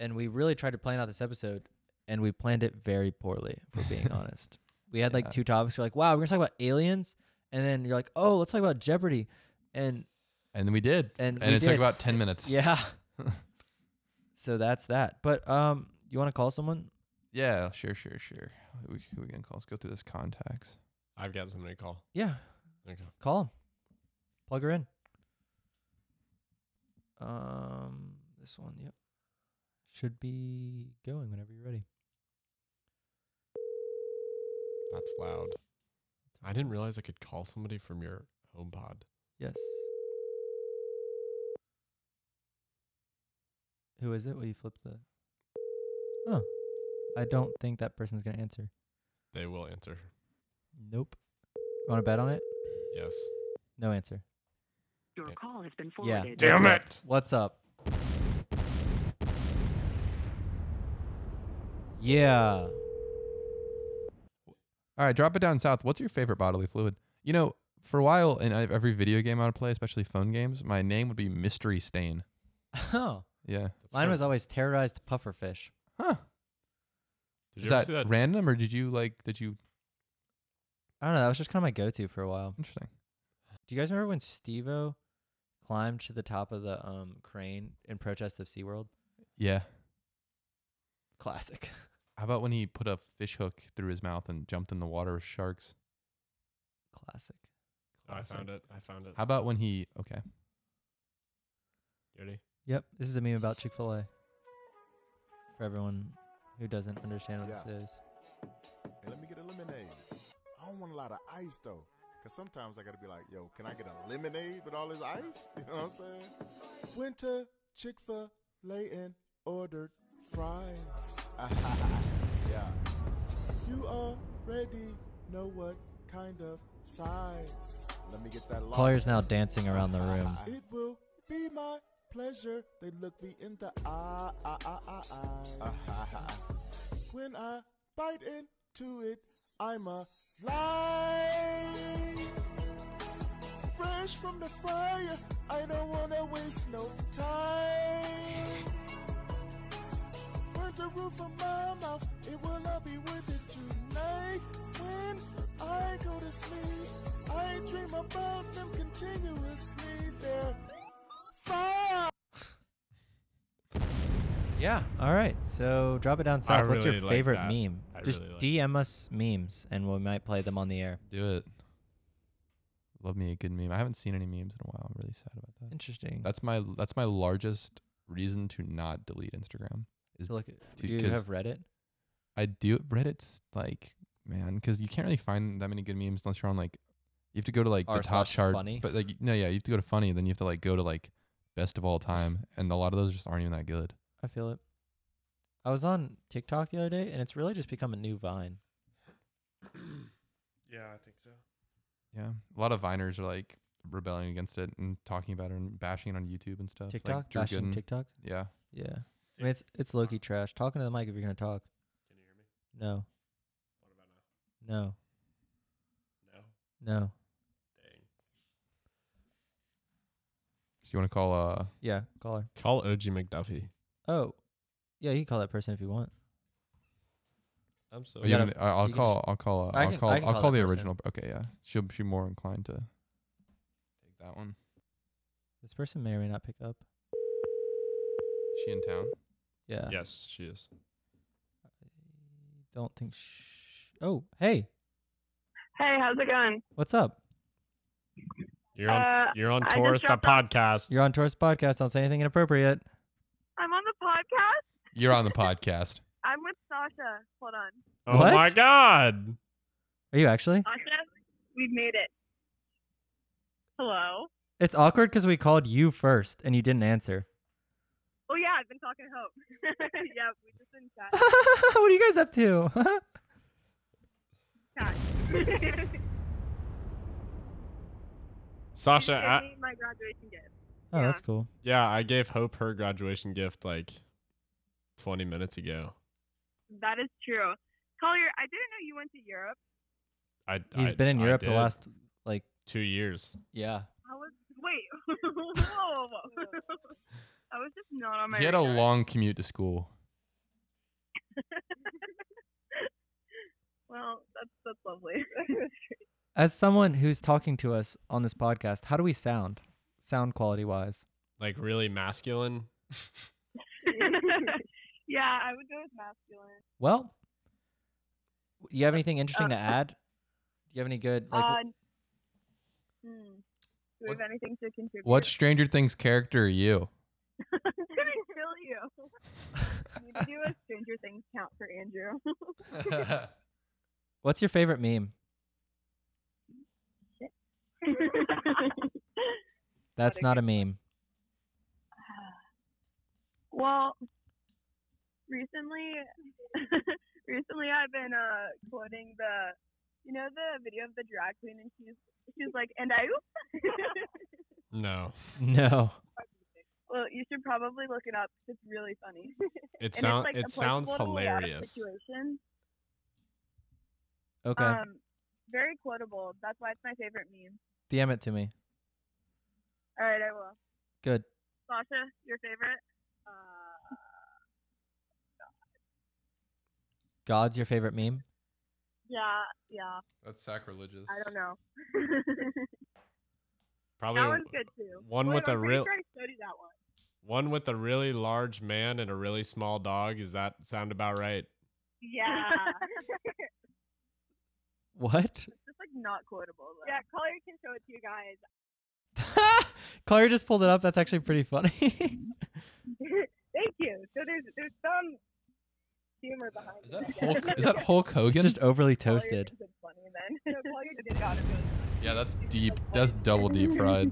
and we really tried to plan out this episode and we planned it very poorly if we're being honest we had like
Yeah.
two topics you're like wow we're gonna talk about aliens and then you're like oh let's talk about jeopardy and
And then we did,
And
and
we
it took
did.
about ten minutes.
yeah so that's that but um you want to call someone
yeah, sure, sure, sure. Who We, who we gonna call? Let's go through this contacts.
I've got somebody to call.
yeah
Okay.
call him plug her in um this one yep should be going whenever you're ready
That's loud. I didn't realize I could call somebody from your home pod.
Yes. Who is it? Will you flip the? Oh, I don't think that person's gonna answer.
They will answer.
Nope. Want to bet on it?
Yes.
No answer.
Your call has been
Yeah.
forwarded.
Damn
What's up?
it.
What's up? Yeah.
All right, drop it down south. What's your favorite bodily fluid? You know, for a while in ev- every video game I would play, especially phone games, my name would be Mystery Stain.
Oh,
Yeah.
That's
mine
good.
was always terrorized pufferfish.
Huh. Is
Did you ever
that,
see that?
random or did you like, did you,
I don't know. That was just kind of my go-to for a while.
interesting.
Do you guys remember when Stevo climbed to the top of the um crane in protest of SeaWorld?
Yeah.
Classic.
How about when he put a fish hook through his mouth and jumped in the water with sharks?
Classic.
Oh, I found it. I found it.
How about when he, okay.
You ready?
Yep, this is a meme about Chick Fil A. For everyone who doesn't understand what this is,
and let me get a lemonade. I don't want a lot of ice though, because sometimes I gotta be like, yo, can I get a lemonade with all this ice? You know what I'm saying? Went to Chick fil A and ordered fries. yeah. You already know what kind of size. Let me get that
Collier's now dancing around the room.
It will be my pleasure. They look me in the eye, eye, eye, eye, eye. When I bite into it, I'm alive. Fresh from the fire, I don't wanna waste no time. Burnt the roof of my mouth, it will not be worth it tonight. When I go to sleep, I dream about them continuously. They're fire.
Yeah. All right. So drop it down south. What's your
really like
favorite
that.
meme?
I
Just
really like
DM us memes, and we might play them on the air.
Do it. Love me a good meme. I haven't seen any memes in a while. I'm really sad about that.
Interesting.
That's my that's my largest reason to not delete Instagram. Is
So look,
to-
do you
'cause
have Reddit?
I do Reddit's like man, because you can't really find that many good memes unless you're on like you have to go to like
R
the top
slash
chart.
funny?
But like no, yeah, you have to go to funny. Then you have to like go to like best of all time, and a lot of those just aren't even that good.
I feel it. I was on TikTok the other day, and it's really just become a new Vine.
Yeah, I think so.
Yeah, a lot of Viners are like rebelling against it and talking about it and bashing it on YouTube and stuff.
TikTok,
like Drew
bashing
Gooden.
TikTok.
Yeah,
Yeah. I mean, it's it's low key trash. Talking to the mic if you're gonna talk.
Can you hear me?
No.
What about now?
No. No.
No. Dang.
do you want to call uh
Yeah. Call her.
Call OG McDuffie.
Oh. Yeah. You can call that person if you want.
I'm so.
Oh, you
gotta-
gonna, I- I'll
you can just-
call. I'll call. Uh,
I
I'll
can-
call.
I can
I'll
call
call,
that
the
person.
original. Okay, yeah. She'll be more inclined to take that one.
This person may or may not pick up.
Is she in town?
Yeah.
Yes, she is.
Don't think. Sh- oh. Hey.
Hey, how's it going?
What's up?
You're on.
Uh,
you're on
I just
Taurus the
dropped off-
podcast.
You're on Taurus Podcast. Don't say anything inappropriate.
I'm on the podcast.
You're on the podcast.
I'm with Sasha. Hold on.
oh
What?
my god!
Are you actually?
Sasha, we've made it. Hello.
It's awkward because we called you first and you didn't answer.
Oh yeah, I've been talking to Hope. yeah, we just been chatting.
what are you guys up to? Oh,
Chat.
Sasha. I-
Gave me my graduation gift.
Oh,
Yeah.
that's cool.
yeah, I gave Hope her graduation gift like 20 minutes ago.
That is true. Collier, I didn't know you went to Europe.
I.
He's
I-
been in
I
Europe the
did.
last like
two years.
yeah.
I was wait. whoa, whoa, whoa. I was just not on my.
He had a
radar.
long commute to school.
well, that's that's lovely.
As someone who's talking to us on this podcast, how do we sound? Sound quality wise.
Like really masculine.
yeah, I would go with masculine.
Well, do you have anything interesting to add? Do you have any good like
uh, hmm. Do we have anything to contribute?
What Stranger Things character are you?
I'm gonna kill you. Need to do a Stranger Things count for Andrew.
what's your favorite meme? That's
a
not a meme.
well, recently, recently I've been uh quoting the, you know, the video of the drag queen, and she's she's like, and I.
No,
No.
well, you should probably look it up. 'cause It's really funny.
it
it's,
sounds.
like,
it sounds
applicable to a lot of
hilarious.
situations.
Okay.
Um, very quotable. That's why it's my favorite meme.
DM it to me.
All right, I will.
Good.
Sasha, your favorite? Uh,
God's your favorite meme?
yeah, yeah.
That's sacrilegious.
I don't know.
Probably
that one's good too.
one
Wait,
with
Oh, I'm
a
pretty
real-
Sure I showed you that one.
one with a really large man and a really small dog. Is that sound about right?
Yeah.
What?
Just like not quotable. Though. Yeah, Collier can show it to you guys.
Claire just pulled it up. That's actually pretty funny.
Thank you. So there's there's some humor behind
Is
it.
that
I guess.
Hulk? Is that Hulk
it's
Hogan?
just overly
Collier
toasted.
thinks It's funny then. No, Collier did got it really funny.
yeah, that's deep. That's double deep fried.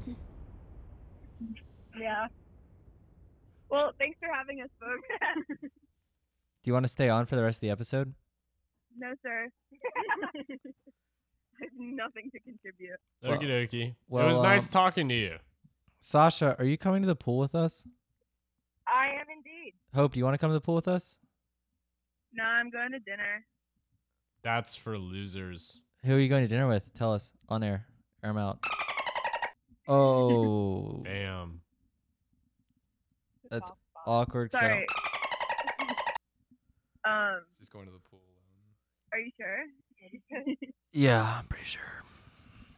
Yeah. Well, thanks for having us, folks.
Do you want to stay on for the rest of the episode?
no, sir. I have nothing to contribute.
Well-
Okie dokie. it
well,
was nice
um,
talking to you.
Sasha, are you coming to the pool with us?
I am indeed.
Hope, do you want to come to the pool with us?
No, I'm going to dinner.
That's for losers.
Who are you going to dinner with? Tell us on air. Air 'em out. Oh,
Damn.
that's awkward. 'cause I
Sorry.
don't-
um,
Just going to the pool.
are you sure?
Yeah, I'm pretty sure.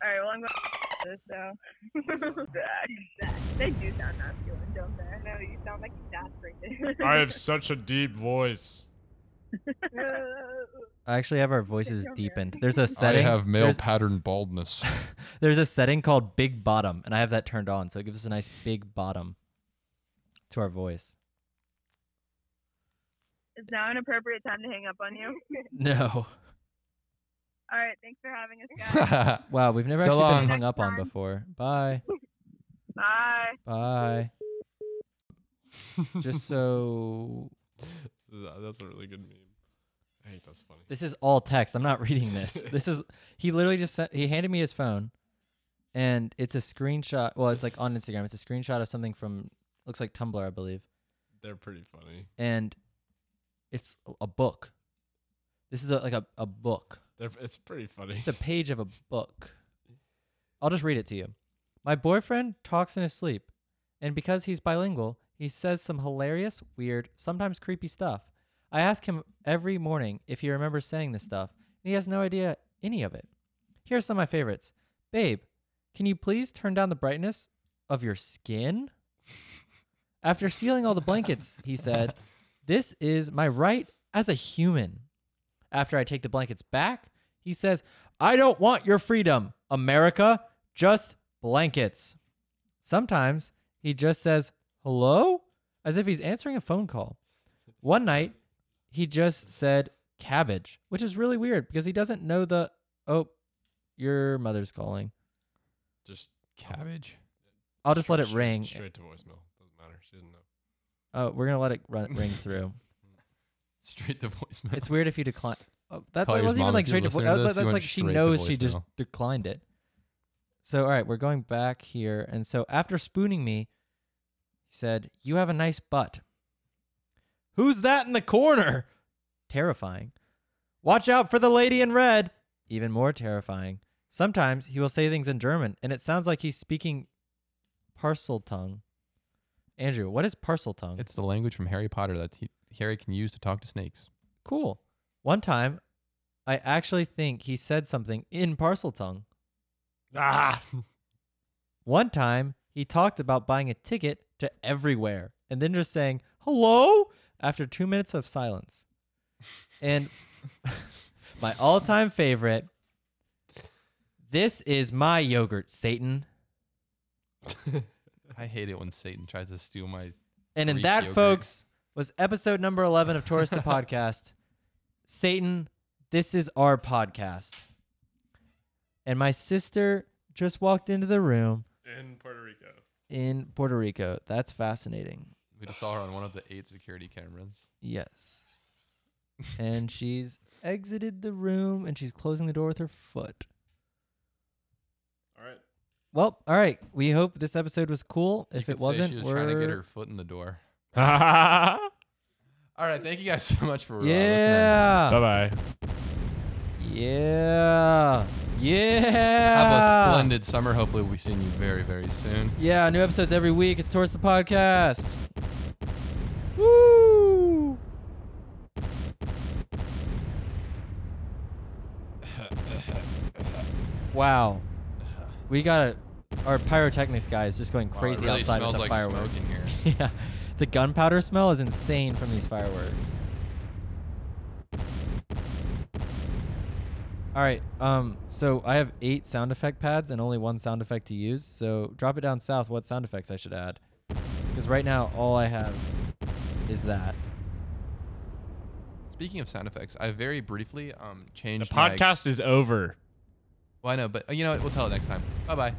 All right. Well, I'm going to this now. they do sound masculine, don't they? No, you sound like exasperated.
I have such a deep voice.
I actually have our voices deepened. There's a setting.
I have male
there's-
pattern baldness.
There's a setting called Big Bottom, and I have that turned on, so it gives us a nice big bottom to our voice.
Is now an appropriate time to hang up on you?
No.
All right. Thanks for having us, guys.
wow, we've never
So
actually
long.
been hung up on before. Bye.
Bye.
Bye. Just so
That's a really good meme. I think that's funny.
this is all text. I'm not reading this. This is he literally just sent, he handed me his phone, and it's a screenshot. Well, it's like on Instagram. It's a screenshot of something from looks like Tumblr, I believe.
They're pretty funny.
and it's a- a book. This is a, like a, a book.
They're, it's pretty funny.
It's a page of a book. I'll just read it to you. My boyfriend talks in his sleep, and because he's bilingual, he says some hilarious, weird, sometimes creepy stuff. I ask him every morning if he remembers saying this stuff, and he has no idea any of it. Here are some of my favorites. Babe, can you please turn down the brightness of your skin? After stealing all the blankets, he said, This is my right as a human. After I take the blankets back, he says, I don't want your freedom, America, just blankets. Sometimes he just says, Hello? As if he's answering a phone call. One night, he just said cabbage, which is really weird because he doesn't know the, oh, your mother's calling.
Just
Cabbage.
I'll just let it
straight-
ring.
Straight to voicemail. Doesn't matter. She didn't know.
Oh, we're going to let it run, ring through.
Straight to voicemail.
It's weird if you decline. Oh, that's
Tell
it
your
wasn't even
mom
like
if you
straight to
listen
voice.
to
That,
this,
that's
you
like
went
she
straight to
knows she just
voicemail.
declined it. So all right, we're going back here, and so after spooning me, he said, "You have a nice butt." Who's that in the corner? Terrifying. Watch out for the lady in red. Even more terrifying. Sometimes he will say things in German, and it sounds like he's speaking parcel tongue. Andrew, what is parcel tongue?
It's the language from Harry Potter that he, Harry can use to talk to snakes.
Cool. One time, I actually think he said something in parcel tongue.
Ah.
One time, he talked about buying a ticket to everywhere and then just saying, hello, after two minutes of silence. And my all time favorite this is my yogurt, Satan.
I hate it when Satan tries to steal my.
And in
Greek
that,
yogurt.
folks, was episode number 11 of Tourist the Podcast. Satan, this is our podcast. And my sister just walked into the room
In Puerto Rico.
in Puerto Rico. That's fascinating.
We just saw her on one of the eight security cameras.
Yes. and she's exited the room and she's closing the door with her foot.
All right.
Well, all right. We hope this episode was cool.
You
If
could
it
say
wasn't,
she was
we're
trying to get her foot in the door.
Bye
All right, thank you guys so much for uh, listening.
yeah.
bye.
Yeah. Yeah.
Have a splendid summer. Hopefully, we'll be seeing you very, very soon.
Yeah, new episodes every week. It's Towards the Podcast. Woo! wow. We got a, our pyrotechnics guy is just going
Wow, it
crazy
really
outside
smells
with the
like smoke
fireworks.
in here.
yeah. The gunpowder smell is insane from these fireworks. All right. Um so I have 8 sound effect pads and only one sound effect to use. So drop it down south what sound effects I should add. Cuz right now all I have is that.
Speaking of sound effects, I very briefly um
The
changed my-
podcast is over.
Well, I know, but uh, you know what? We'll tell it next time. Bye bye.